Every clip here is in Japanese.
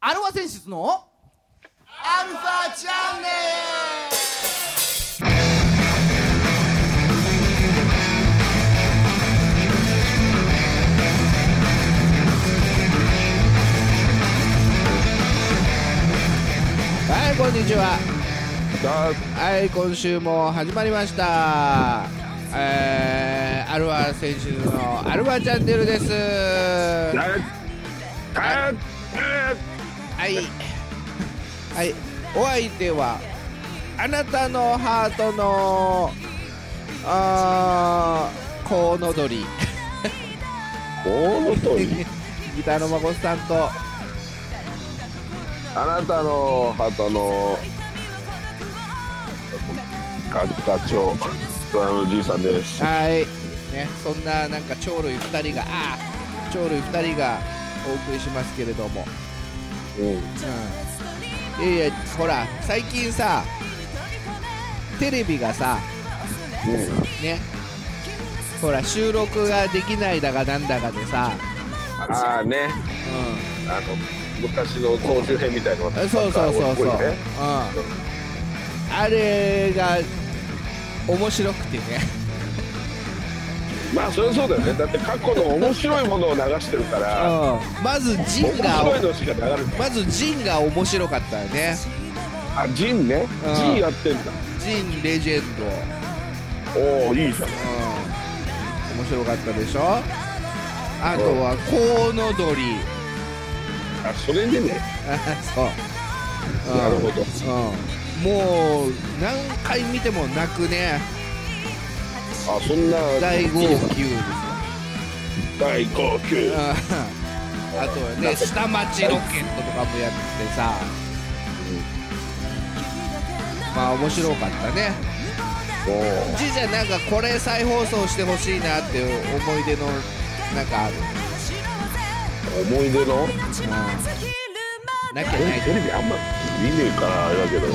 アルファ選出のアルファチャンネルはいこんにちはだはい今週も始まりましたえー、アルファ選手のアルファチャンネルですだだはい。 はい。お相手は、あなたのハートの、あー、コウノドリ。大のとり ギターの孫さんと、あなたの旗のガチョウあのじいさんですはい。ね、そんな、なんか、鳥類二人が、あー、鳥類二人がお送りしますけれども。うんうん。いやいや、ほら、最近さ、テレビがさ、ね、ほら、収録ができないだがなんだかでさ、ああねうん。あの昔の総集編みたいなのそうそうそうそう、うねん、あれが面白くてねまあそれはそうだよねだって過去の面白いものを流してるからうんまずジ面ンが白いのしか流れないまずジンが面白かったよねあジンねうんジンやってんだジンレジェンド、うん、おおいいじゃん面白かったでしょあとはコウノドリ あそれでねそう、うん、なるほうん、どもう何回見ても泣くねあそんな大号泣ですよ大号泣うんあとはね下町ロケットとかもやってさまあ面白かったねおおじいちゃんなんかこれ再放送してほしいなっていう思い出のなんかある思い出のなきゃないえテレビあんま見ねえからあれだけど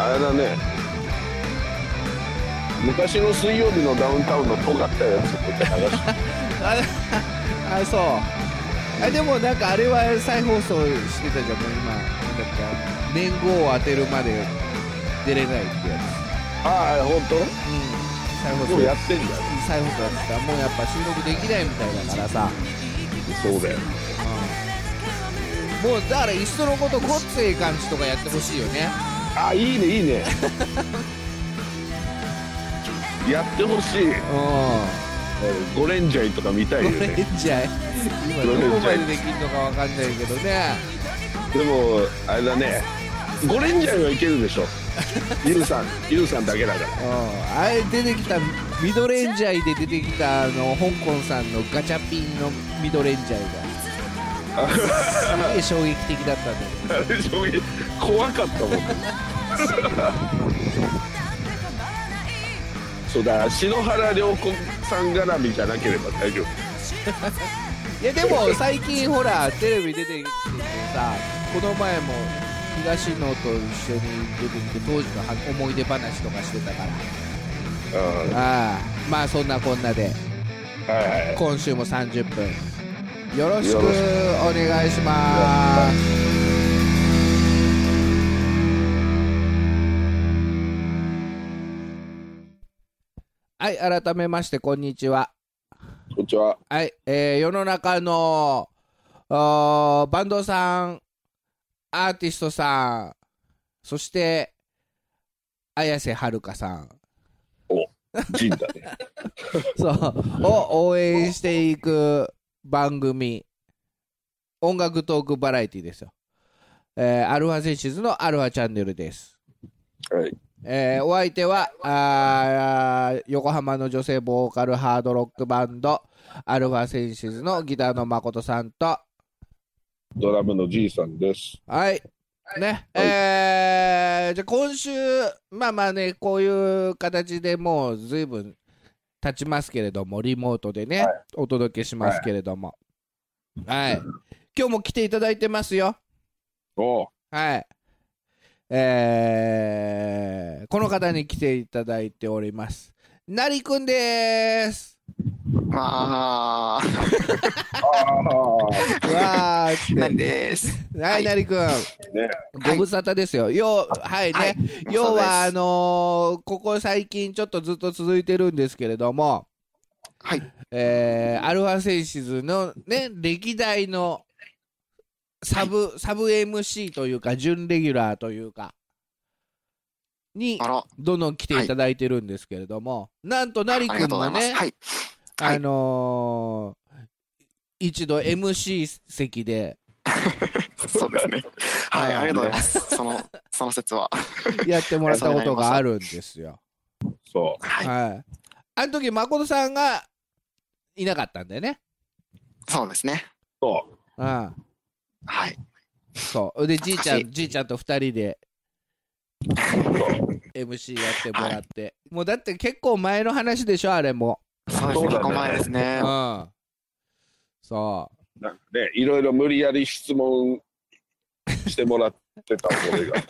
あれだね昔の水曜日のダウンタウンの尖ったやつとか流 してああそうあでもなんかあれは再放送してたじゃんもう今なんだっけ年号を当てるまで出れないってやああ本つうん再放当も送うやってんだよ再放送だったらもうやっぱ収録できないみたいだからさそうだよもうだからいっそのことごっつええ感じとかやってほしいよねああいいねいいねやってほしいうんゴレンジャイとか見たいよゴレねンジャー今どこまでできるのかわかんないけどねでもあれだねゴレンジャイはいけるでしょゆうさんゆうさんだけだからうんあれ出てきたミドレンジャーで出てきたあの香港さんのガチャピンのミドレンジャーがすげえ衝撃的だったんだけあれ衝撃怖かったもんそうだ篠原涼子さん絡みじゃなければ大丈夫どいやでも最近ほらテレビ出てきてさこの前も東野と一緒に出てきて当時の思い出話とかしてたからうんああまあそんなこんなではいはい今週も30分よろしくよおろしく願いしますはい改めましてこんにちはこんにちははい、えー世の中のあーバンドさんアーティストさんそして綾瀬はるかさんジンだねそう、を応援していく番組、音楽トークバラエティですよ。えーアルファセンシズのアルファチャンネルです。はいえーお相手はあー横浜の女性ボーカルハードロックバンドアルファセンシズのギターの誠さんとドラムのじいさんですはい。ね、えーじゃあ今週、まあまあね、こういう形でもうずいぶん経ちますけれども、リモートでね、はお届けしますけれども。はい。今日も来ていただいてますよ。おうはい。えーこの方に来ていただいております。なりくん でーす。はあ、ああうわーっつってなりです。はい、なりくん。ね。ご無沙汰ですよ。要、はいね。はい要は、そうですあのーここ最近ちょっとずっと続いてるんですけれども、はい。えー、アルファセンシズのね、歴代のサブ、サブ MC というか、準レギュラーというか、にあ、ら、どんどん来ていただいてるんですけれども、なんと、なりあくりんがとうござがいます。ね、はい。はいあのー一度 MC 席で、そうですね。はい、あーありがとうございます。その、その説は。やってもらったことがあるんですよ。そはい。はい。あの時、誠さんがいなかったんだよね。そうですね。う。そう。うん。はい。そう。で、じいちゃ懐かしん、じいちゃんと二人でそ MC やってもらって。もうだって結構前の話でしょ、あれも。そうですそうだね。ね。結構前ですうね。ん。そうなんかね、いろいろ無理やり質問してもらってた、俺が。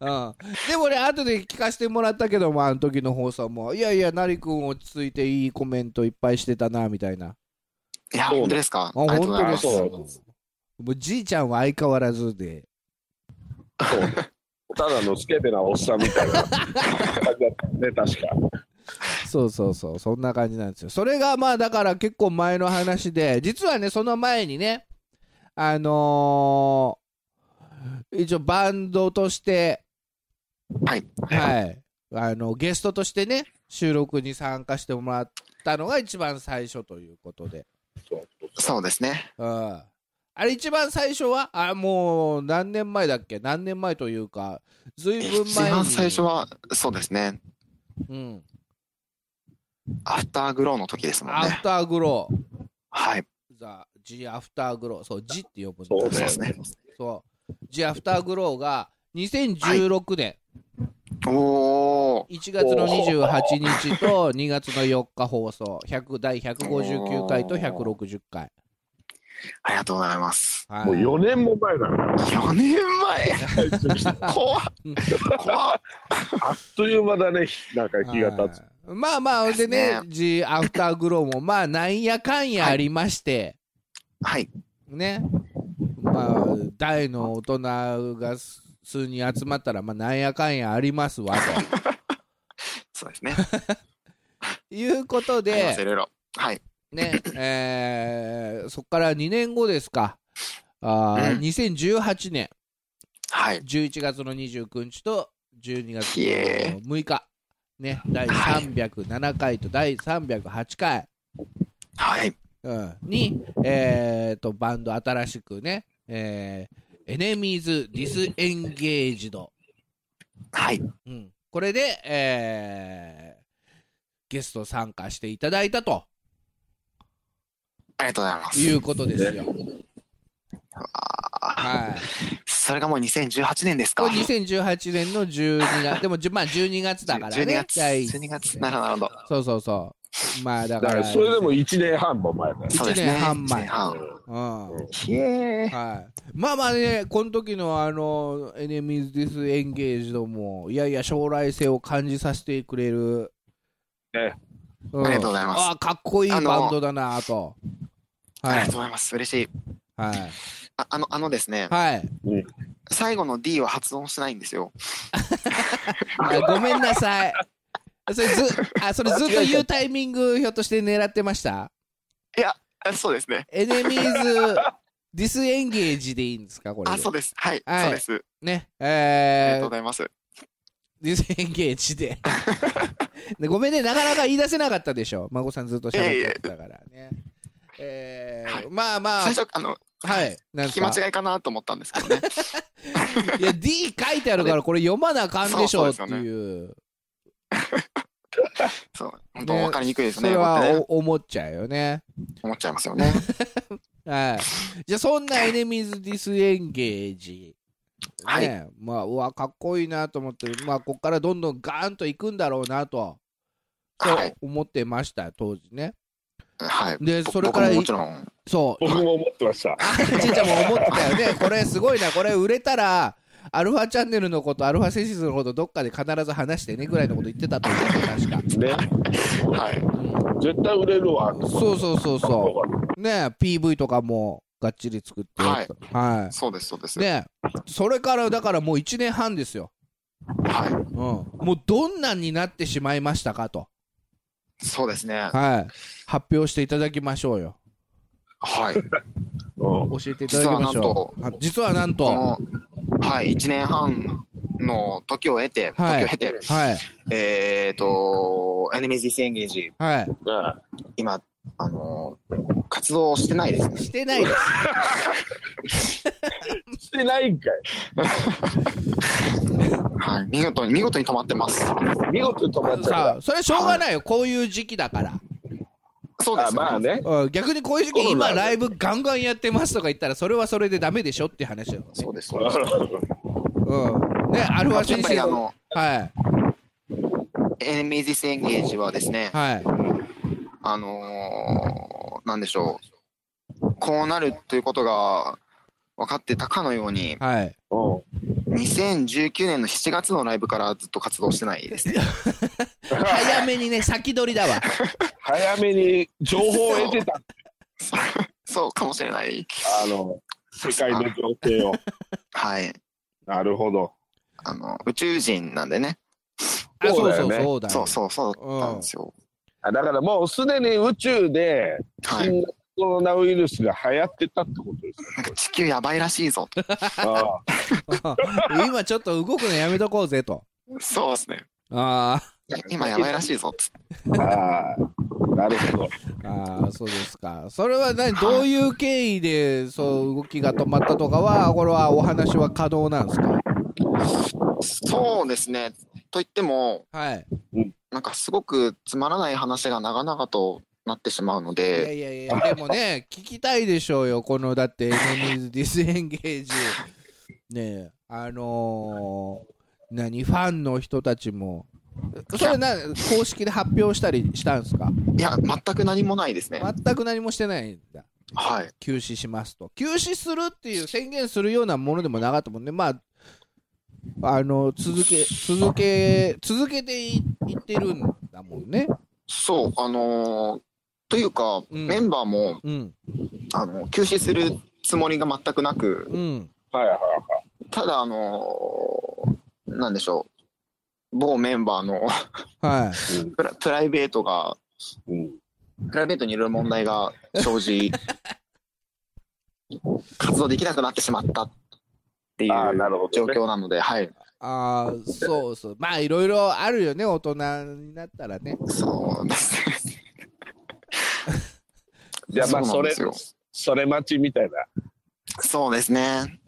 う。うん。でもね、後で聞かせてもらったけども、あの時の放送も。いやいや、成くん落ち着いていいコメントいっぱいしてたな、みたいな。いや、そう本当ですか。ああ、りがとう本ござい当でますす。そうもうじいちゃんは相変わらずで。そう。ただのスケベなおっさんみたいな感じだったね、確か。そうそうそう、そんな感じなんですよ。それがまあだから結構前の話で、実はね、その前にね、あのー一応バンドとして、はい。はい、あのゲストとしてね、収録に参加してもらったのが一番最初ということで。そうそうそうですね。うんあれ一番最初はあもう何年前だっけ何年前というかずいぶん前に一番最初は、そうですね。うん、アフターグローの時ですもんアねフ。ターグローはい。ザ・ G アフターグローそう G って呼ぶんだそうそうですね。そう。ジアフターグローが2016年おー。 1月の28日と2月の4日放送、100第159回と160回。ありがとうございます。はもうい、 4年も前だから、 4年前 怖っ怖っあっという間だね、なんか日が経つ。はいまあまあ、でね、ジアフターグローもまあなんやかんやありまして、はい。ね。まあ、大の大人が数人集まったら、まあなんやかんやありますわ、とそうですね。いうこと ありまで、すいろいろ。はい。ね、えーそこから2年後ですか。あーうん2018年はい。 11月の29日と12月イエの6日、ね、第はい307回と第308回、はい。うん、に、えー、とバンド新しくね、えー、Enemies Disengaged、はい。うん、これで、えーゲスト参加していただいたとありがとうございます。いうことですよ。あはいーそれがもう2018年ですか。これ2018年の12月、で も、じゅまあ、12月だからね。 12月。第一12月。なるほどなるほど。そうそうそう。まあ、だだか、かららそれでも1年半も前だよ。そうです一ね。年半前一年半うん。はい。ひえまあまあね、この時のあの、エネミーズ・ディス・エンゲージドも、いやいや、将来性を感じさせてくれる。ねうんありがとうございますああ、かっこいいあのバンドだなぁと。ありはがいとう。ございます。嬉しい。はい。ああの、あのですね、はい。最後の D は発音しないんですよ。あごめんなさい。それず、あ、それずっと言うタイミング、ひょっとして狙ってましたあそうですね。エネミーズ・ディス・エンゲージでいいんですかこれで。あ、そうです。はい。はいそうです。ね。ありがえとーうご、ざいます。ディス・エンゲージで でごめんね、なかなか言い出せなかったでしょ。孫さんずっと喋ってたからね。えーはいまあまあ最、初、あの、はい。なん聞すきか間違いかなと思ったんですけ どね。いや、D 書いてあるから、これ読まなあかんでしょってそうそうでいう。そう。本当ね分かりにくいですそね。れこうやってはねお思っちゃうよね。思っちゃいますよね。はい。じゃあ、そんなエネミーズ・ディス・エンゲージ。はいね、まあ、うわ、かっこいいなと思って、まあ、ここからどんどんガーンと行くんだろうなと、 そはうい思ってました、当時ね。はい。で、ぼそれから僕も、もちろん。そう、僕も思ってました。あちいちゃんも思ってたよね、これすごいな、これ売れたら、アルファチャンネルのこと、アルファセシスのこと、どっかで必ず話してねぐらいのこと言ってたと思う、確か。ね、はい。う絶対売れるわ。んそうそうそうそ。そうね、PV とかもがっちり作ってやったはそうです、そうでいす。ねそれからだからもう1年半ですよ、はうん、もうどんなんになってしまいましたかと、い。そうですね。はい、発表していただきましょうよはい。うん教えていただきましょう実はなんとこの、はい、1年半の時を経て、はい時を経て、はいえっ、と、エネミーズ・ディス・エンゲージ、はあ今、あのー活動してないですいね。してないですしてないんかはい、見事に、見事に止まってます。い見事に止まっちゃさっあそれはしょうがないよこういう時期だからそうでたあすまあ。ねうん逆にこういう時期今ライブガンガンやってますとか言ったらそれはそれでダメでしょって話だよ、そうです、そうです。うん、ねアルファやっ新ぱり生あの、はいエネミーズ・ディス・エンゲージはですね、はいあのー、なんでしょう。こうなるということが分かってたかのように、はいうん 2019年の7月のライブからずっと活動してないですね。早めにね先取りだわ早めに情報を得てたそうかもしれない。あの世界の情勢をはい。なるほどあの、宇宙人なんでね。あそそううだそようねそうだそようそうそうだったんですよ。あだからもうすでに宇宙ではい。新型コロナウイルスが流行ってたってことですねなんか地球やばいらしいぞと。あ 今ちょっと動くのやめとこうぜとそうですね。あ今やばいらしいぞっつってーあーなるほどーあーそうですかそれは何どういう経緯でそう動きが止まったとかはこれはお話は可能なんですかそうですね。と言っても、はいなんかすごくつまらない話が長々となってしまうのいやで、いやいや、でもね、聞きたいでしょうよ、このだって、エネミズ・ディス・エンゲージ。ねえ、あのー、何、ファンの人たちも、それな、公式で発表したりしたんですかいや、全く何もないですね。全く何もしてないんだ、はい。休止しますと。休止するっていう宣言するようなものでもなかったもんね、まあ、あの続け、続け、続けていいってるんだもんね。そう、あのーというか、うんメンバーも、うん、あの、休止するつもりが全くなく、うん、はいはいただ、あのーなんでしょう、某メンバーの はい。プラプライベートが、うんプライベートにいろいろ問題が生 じ、活動できなくなってしまったっていうあーなるほど状ね況なので、はい、ああ、そうそう。まあ、いろいろあるよね、大人になったらね。そうですね。じゃあまあそうそなんれですよそれ待ちみたいなそうですね。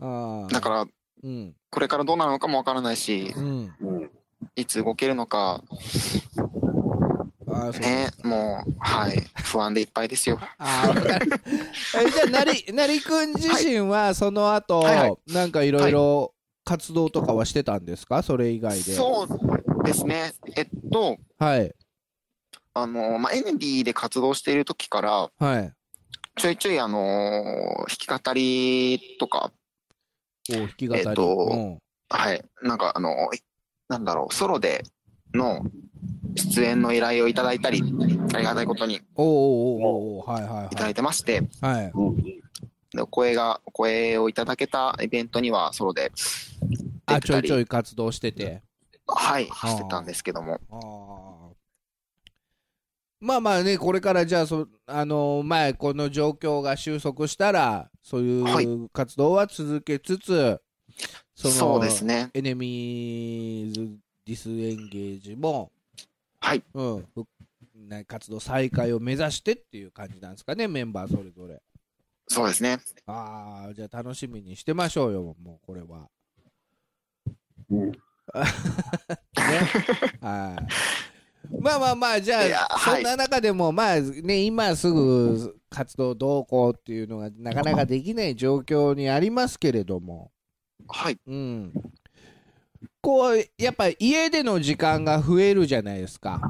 ああ。だから、うん、これからどうなるのかもわからないし、うん。うんいつ動けるのか、ああ、そう。ね、もう、はい、不安でいっぱいですよ。ああ、わかる えじゃあ、なり、なりくん自身は、その後、はいはなんかいろいろ活動とかはしてたんですかそれ以外で。そうですね。えっと、はい、あの、まあ、エネビーで活動している時から、はい。ちょいちょいあのー弾き語りとか、お弾き語り。えっとうんはい、なんかあのいなんだろう、ソロでの出演の依頼をいただいたり、ありがたいことにおうおうおうおうおうはいはいいただいてまして、はい。はい。うんでお声が、お声をいただけたイベントにはソロで出あ、てちょたいりちょい活動してて。はい、あしてたんですけども、ああ。まあまあね、これからじゃあそ、あのー前、この状況が収束したら、そうはいいう活動は続けつつ、そそうのですね。エネミーズ・ディス・エンゲージも、はい、うん、ふね活動再開を目指してっていう感じなんですかね、メンバーそれぞれ。そうですね。ああ、じゃあ楽しみにしてましょうよ、もうこれ は。うんね。はい。まあまあまあ、じゃいやあ、はいそんな中でも、まあね、今すぐ活動どうこうっていうのがなかなかできない状況にありますけれども、はい、うん。こう、やっぱ家での時間が増えるじゃないですか。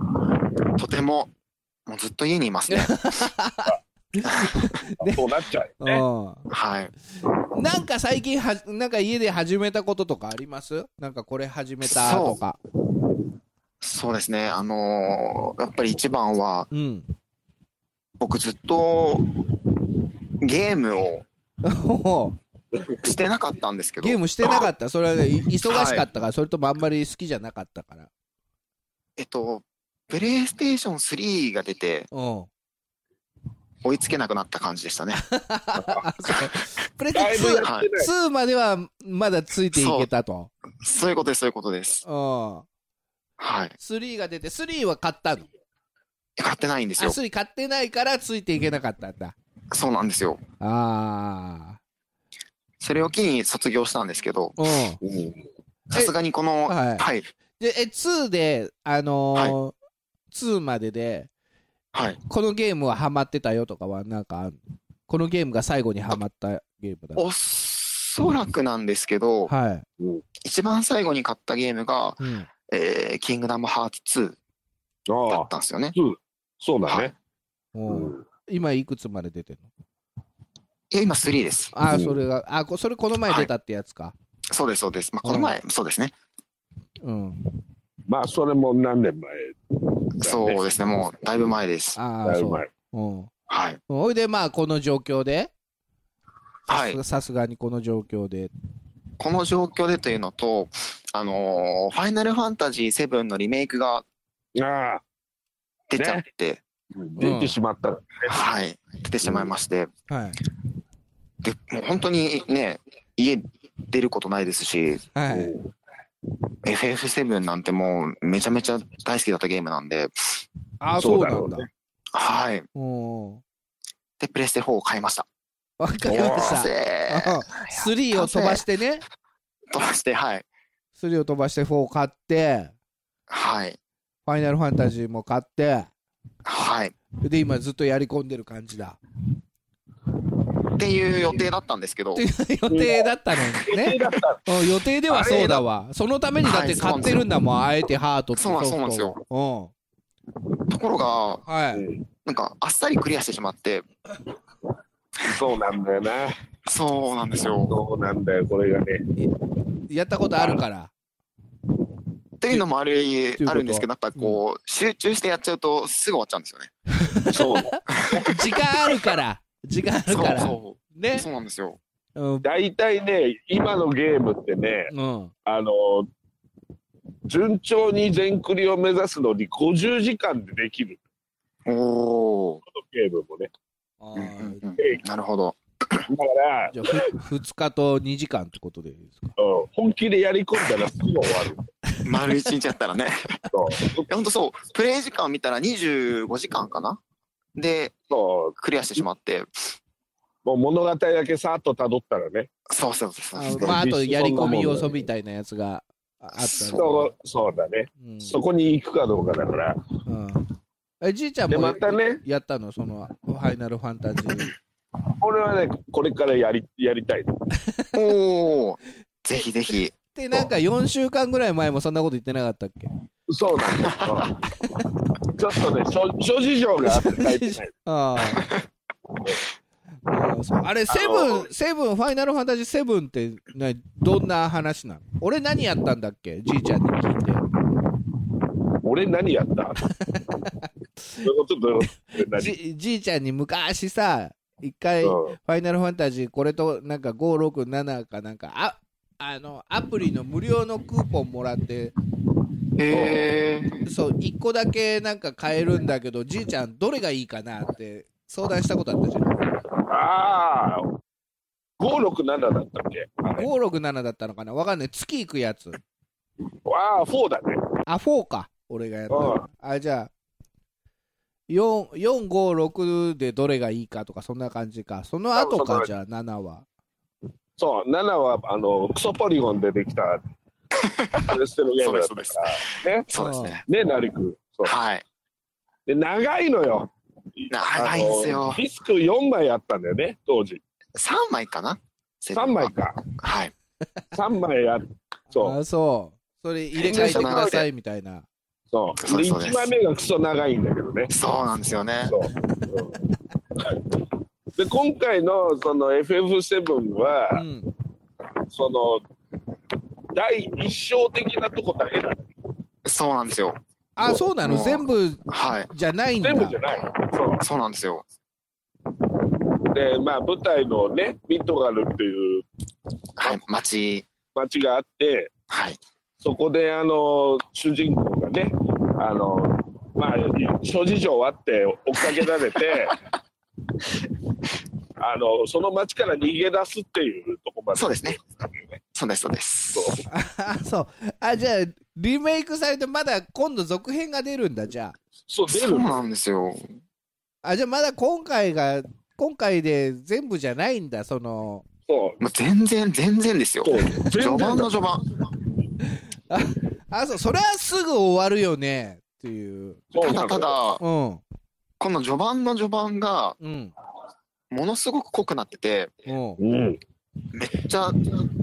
とても、もうずっと家にいます ね。ねそうなっちゃううよねん。はい。なんか最近は、なんか家で始めたこととかありますなんかこれ始めたとか。そうですね。あのーやっぱり一番は、うん。僕ずっとゲームを おうしてなかったんですけどゲームしてなかったそれは、い忙しかったから、それともあんまり好きじゃなかったからえっとプレイステーション3が出てうん追いつけなくなった感じでしたねプレだいぶやスってない。テ2まではまだついていけたとそういうことですそういうことですうんはい3が出て3は買ったの買ってないんですあよ3買ってないからついていけなかったんだそうなんですよあそれを機に卒業したんですけどあうんさすがにこのはいはいでえ2であのー2までではいこのゲームはハマってたよとかはなんかあんのこのゲームが最後にハマったゲームだおそらくなんですけどはい、一番最後に買ったゲームがうん、 「えーキングダムハーツ2」だあっあ、たんですよねそうだね。おううん今いくつまで出てんのいや今3ですああうんそれがあこそれこの前出たってやつか、そうですそうですまあこの前そうですねうんまあ、それも何年前そうですねもうだいぶ前ですああだいそぶう前。うんはいほいでまあこの状況ではいさすがにこの状況でこの状況でというのと、あのーファイナルファンタジー7のリメイクがああ、出ちゃって、出てしまった。はい、出てしまいまして、はいで、もう本当にね、家出ることないですし、はういん FF7 なんてもうめちゃめちゃ大好きだったゲームなんで、ああそそううなだろんうねだはい。うんで、プレステ4を買いました。わかりましたた。うん3を飛ばしてね飛ばして、はい。 3を飛ばして4を買ってはい。ファイナルファンタジーも買ってはい。で今ずっとやり込んでる感じだっていう予定だったんですけど、 予定だったのにねうん予定ではそうだわそのためにだって買ってるんだもんあえてハートってソフトをそうなんですよところが、うんはいなんかあっさりクリアしてしまって、そうなんだよな。そうなんですよ。そうなんだよ、これがね。やったことあるからっていうのもあるとはあるんですけど、やっぱこう、集中してやっちゃうとすぐ終わっちゃうんですよそね。う。時間あるから時間あるからそねう、そうなんですよ。うん大体ね、今のゲームってね、うんあの、順調に全クリを目指すのに50時間でできるおお、ゲームもね。あうんーうんうんなるほど。だから、じゃあふ2日と2時間ってことでいいですかうん本気でやり込んだらすぐ終わる。丸一日やったらね。いそうや、ほんとそう、プレイ時間を見たら25時間かなで、そうクリアしてしまって、もう物語だけさーっと辿ったらね。そうそうそうあそう。まああとやり込み要素そんなもんだよみたいなやつがああったのそうそうだね。うんそこに行くかどうかだから。うんえじいちゃんで、もまたね、やったのそのファイナルファンタジーこれはね、これからやりやりたいの。おお、ぜひぜひ。でなんか4週間ぐらい前もそんなこと言ってなかったっけそうなんだ よ。ちょっとね、諸諸事情があって書いてない。 ああうんそうあれセあブンセブンファイナルファンタジーセブンって、ね、どんな話なの俺何やったんだっけじいちゃんに聞いて俺何やったそういうことどういうこと何じじいちゃんに昔さ一回フうんァイナルファンタジーこれとなんか567かなんかああのアプリの無料のクーポンもらってへえ。そう1個だけなんか買えるんだけどじいちゃんどれがいいかなって相談したことあったじゃんああ、567だったっけあれ567だったのかなわかんない月行くやつああ、4だね。あ4か俺がやったのあじゃあ4456でどれがいいかとかそんな感じかその後多か分じゃあ7はそう、7はあのクソポリゴンでできたプレステのゲームだったそうかですら。ね、そうですね。ね、成君。そうはい。で長いのよ。長いんですよあのディスク4枚あったんだよね、当時。 3枚かな3枚。か。はい。 3枚あそうあそうそれ入れ替えてくださいみたいなそう。そうでですそうで1す枚目がクソ長いんだけどね。そうなんですよね。そう。うんで、今回のその FF7 うは、んその、第一章的なとこだけだ。そうなんですよ。あそうなのもう全部はい。じゃないんだ全部じゃない。そう。そうなんですよ。で、まあ、舞台のね、ミッドガルっていうはい、町、町があって、はい、そこで、あの、主人公がね、あの、まあ、諸事情あって追っかけられて、 あの、その町から逃げ出すっていうとこまで。そうですね。そうです、そうです。そうあそうあじゃあリメイクされてまだ今度続編が出るんだじゃそう、出そうる。なんですよ。ああじゃあまだ今回が今回で全部じゃないんだそのそう。もう全然、全然ですよ。そう全序然盤の序盤。あそうそれはすぐ終わるよねっていうそうたなだのただ、うんこの序盤の序盤が、うんものすごく濃くなってて、うんうん、めっちゃ、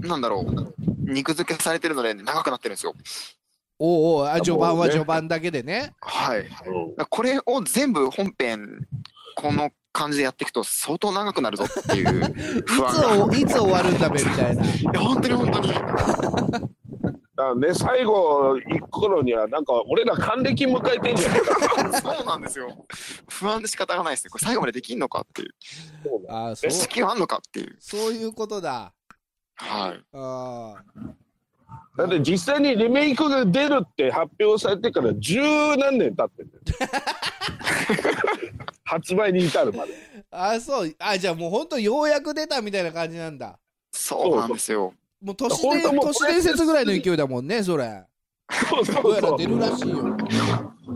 なんだろう、肉付けされてるので、長くなってるんですよ。おうおうあもうね序盤は序盤だけでねはい。だかうんらこれを全部本編、この感じでやっていくと、相当長くなるぞっていういつ不安 おいつ終わるんだべみたいなが。いや、本当に本当に。だからね、最後行く頃には、なんか俺ら還暦迎えてんじゃないか。そうなんですよ。不安で仕方がないですね。これ最後までできんのかっていう。 あそう式はあんのかっていう。そういうことだはい。あだって実際にリメイクが出るって発表されてから十何年経ってんだよ。 発売に至るまで。ーあそうあじゃあもうほんとようやく出たみたいな感じなんだそうなんですよ。もう都市本伝当もう都市伝説ぐらいの勢いだもんねそれそうそどううやそらう出。るらしいよ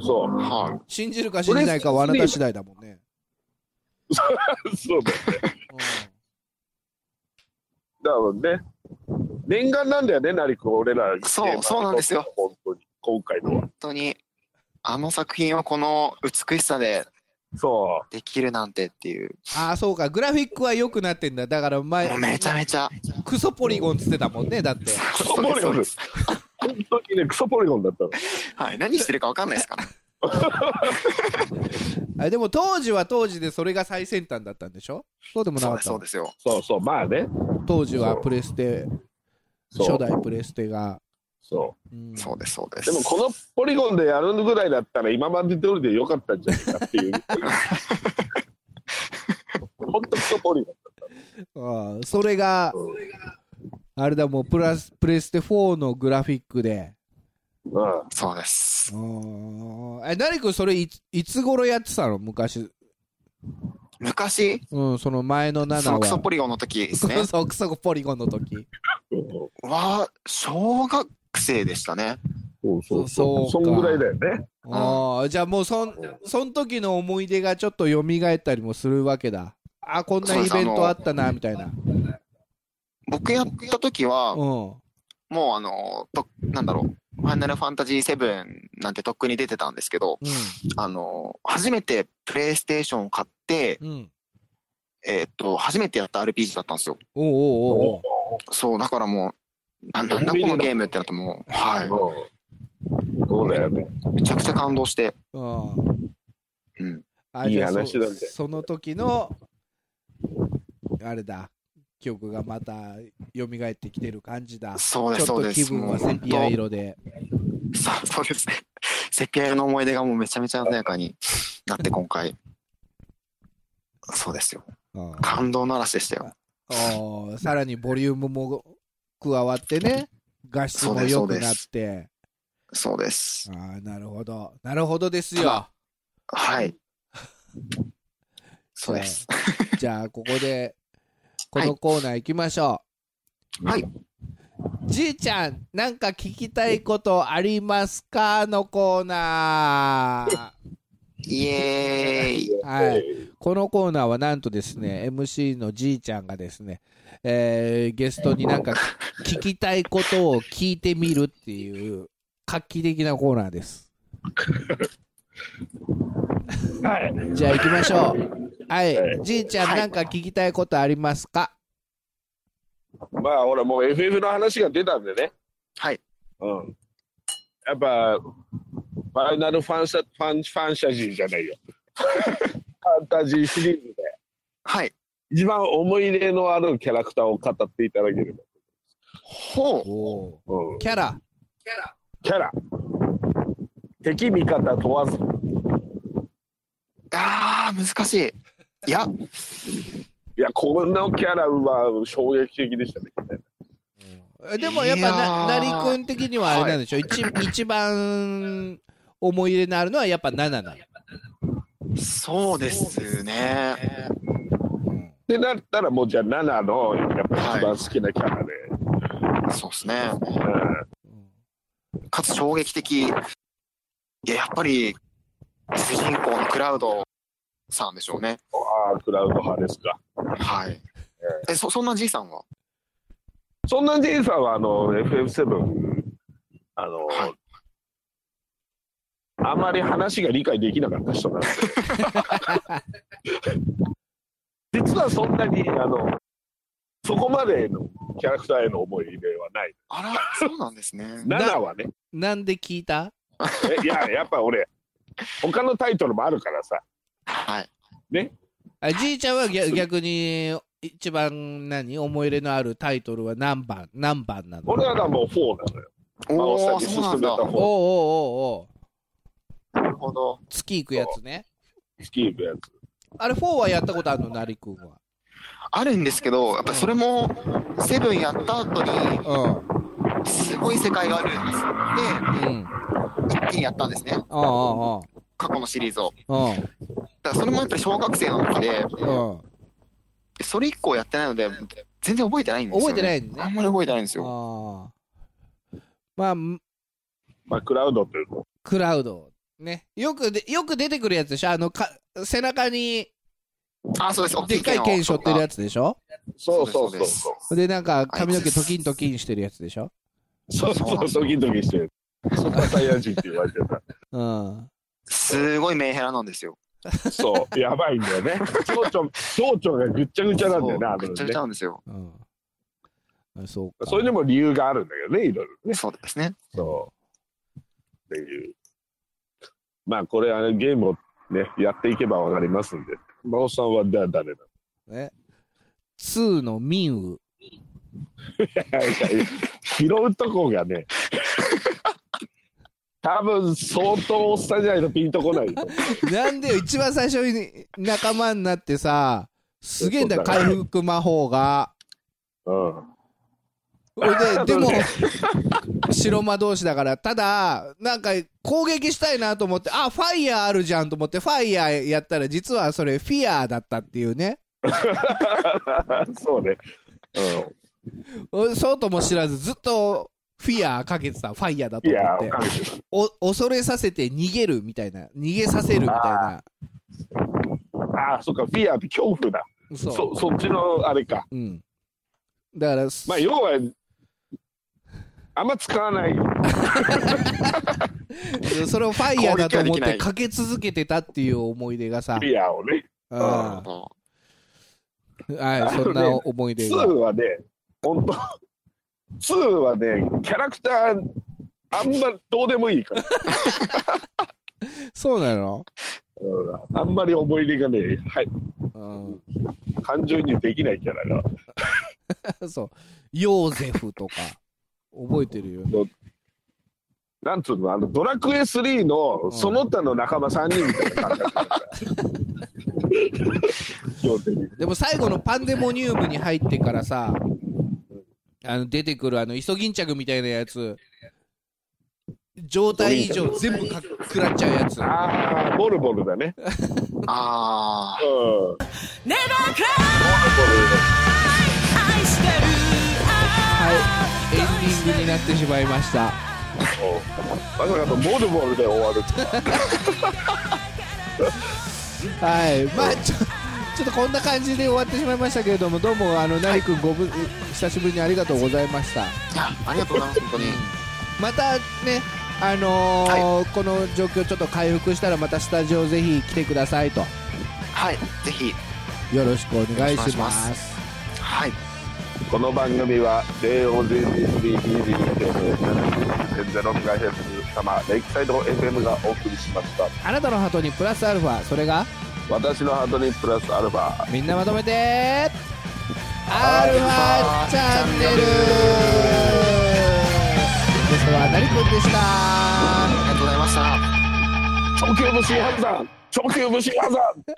そう。は信じるか信じないかはあなた次第だもんね、そうだよ。だからね。念願なんだよね、成君、俺ら。そうそうなんですよ。本当に、今回のい。は。本当に、あの作品をこの美しさでそできるなんてっていう。うんああそうかグラフィックは良くなってんだだから前もうめちゃめちゃ。クソポリゴンっつってたもんねだってう。クソポリゴンです。本当にね、クソポリゴンだったの。はい。何してるかわかんないで すから。あでも当時は当時でそれが最先端だったんでしょそうでもなそかうっです、たそうですよ。そうそう、まあね。当時はプレステそう初代プレステが、そう。うんそうです、そうです。でもこのポリゴンでやるぐらいだったら今まで通りでよかったんじゃないかっていう 本当クソポリゴンああそれがうあれだもうプラスプレステ4のグラフィックでうんそうです。うんえ何君それいついつ頃やってたの昔昔、うんその前の7は。そのクソポリゴンの時ですね そうクソポリゴンの時は、小学生でしたね。そうそうそそううそそうかんぐらいだよねああじゃあもうそんそん時の思い出がちょっと蘇ったりもするわけだあこんなイベントあったなみたいな僕やった時は、うんもうあの、と、なんだろう。ファイナルファンタジー7なんてとっくに出てたんですけど、あの、初めてプレイステーションを買って、うんうんえーっと、初めてやった RPG だったんですよ。おうおうおうそう、だからもう、ななんだこのゲームってなってもう、はうんそうだよねい。めちゃくちゃ感動して、おううん。あいいじゃあそ話だねその時のあれだ記憶がまた蘇ってきてる感じだちそうでょす、っそうとで気す。分もうはセピア色で本当そうそうです ね。セピア色の思い出がもうめちゃめちゃ鮮やかになって、今回。そうですよ。うん感動の嵐でしたよ。おーさらにボリュームも加わってね画質も良くなってそうです。ああなるほどなるほどですたよだはい。そうです。じゃあここでこのコーナー行きましょうはいじいちゃんなんか聞きたいことありますかのコーナーイエーイ。はい、このコーナーはなんとですね MC のじいちゃんがですね、えーゲストになんか聞きたいことを聞いてみるっていう画期的なコーナーですはいじゃあ行きましょうはい、はいじいちゃんはいなんか聞きたいことありますか、まあほらもう FF の話が出たんでねはい。うんやっぱファイナルファンシャファンファンシャジーじゃないよ ファンタジーシリーズではい。一番思い入れのあるキャラクターを語っていただけれほう。おば、うん、キャラキャラ敵味方問わずあー、難しい。いや、や、このキャラは衝撃的でしたね。えでもやっぱな、ないりやーくん的にはあれなんでしょ、一一番思い入れのあるのはやっぱ7なの。そうですね。ってなったら、もうじゃあ7の、やっぱ一番好きなキャラで。そうですね。うんかつ衝撃的。いや、やっぱり、主人公のクラウドさんでしょうね。ああ、クラウド派ですか。はい。え、そ、そんなじいさんはそんなジェイさんは、あの、FF7、あの、はいあまり話が理解できなかった人なんで。 実はそんなに、あの、そこまでのキャラクターへの思い入れはない。あら、そうなんで すね。な7はね、なんで聞いたえいや、やっぱ俺、他のタイトルもあるからさ、はい。あじいちゃんは逆逆に一番何思い入れのあるタイトルは何番何番なのおう俺はだからもう4なのよ。お青お、さんにそ勧うなめんただ。おう方、おうおうなるほど。月行くやつね。スキーブやつ。あれ4はやったことあるのなりくんは。あるんですけど、やっぱりそれも、セブンやった後に、うすごい世界があるんん。うん。です。で、一気にやったんですね。あ過去のシリーズを。あ、うん。だからそれもやっぱり小学生なので、うん。それ以降やってないので、全然覚えてないんですよ、覚えてないのねあんまり覚えてないんですよ。ああ。まあ、んまあ、クラウドっていうのクラウド。ね。よくで、よく出てくるやつでしょあの、か、背中に、あ、そうです。でっかい剣背負ってるやつでしょそうそうそうそう。で、なんか、髪の毛トキントキンしてるやつでしょそうそう、ドキドキしてる。そんなサイヤ人って言われてうん。つ。すごいメンヘラなんですよ。た。そう、やばいんだよね。蝶々、蝶々がぐっちゃぐちゃなんだよね、あそのうぐっちゃぐちゃね。なんですよ。うん。あそうか。それにも理由があるんだけどね、いろいろね。そうですね。そう。っていう。まあ、これ、あのゲームをね、やっていけばわかりますんで。真央さんは誰だね。2の民ウ。拾うとこが ね、多分相当おっさんじゃないとピンとこないと思う。なん でよ、一番最初に仲間になってさ、すげえんだよ、回復魔法が。うん。ほいで、でもそうね、白魔同士だから、ただ、なんか攻撃したいなと思って、あ、ファイヤーあるじゃんと思って、ファイヤーやったら、実はそれ、フィアーだったっていうね。 そうね。うん。おそうとも知らず、ずっと、フィアーかけてた、ファイヤーだとい思やっー、てわか。るけど。お恐れさせて逃げるみたいな、逃げさせるみたいな。ああ、そっか、フィアーって恐怖だ。そう。そそっちのあれか。うん。だから、まあ、要は、あんま使わない。 それをファイヤーだと思って攻撃はできなかけ続けてたっていう思い出がさフ、ィアーをね。うん、なるはほどい、そんな思い出2が。はね、本当2はね、キャラクター、あんまどうでもいいから。そうなのうん、あんまり思い入れがね、はい、う感情移入できないキャラが。ん。 そう。ヨーゼフとか、覚えてるよ。なんつうの、あの、ドラクエ3の、その他の仲間3人みたいな感 覚だから。基本的に。でも最後のパンデモニウムに入ってからさ、あの出てくるあのイソギンチャクみたいなやつ、状態異常全部かっくらっちゃうやつ。ああ、ボルボルだね。あうん。ボルボル Never cry 愛してるはい、エンディングになってしまいました。おまさかのボルボルで終わるって。はい、 まあちょちょっとこんな感じで終わってしまいましたけれどもどうもあのナイ君ごぶ久しぶりにありがとうございましたあ。いや、ありがとうございます。本当に。またねあのーこの状況ちょっと回復したらまたスタジオぜひ来てくださいとはい。ぜひ。よろしくお願いしよろしくお願いしまますはい。この番組は JOZZBBBFM7.0MHz 様レイクサイド FM がお送りしましたあなたのハートにプラスアルファそれが私のハートにプラスアルファみんなまとめてアルファチャンネルゲストはナリ君でしたありがと超うございました。級武士ハンザン超級武士ハンザン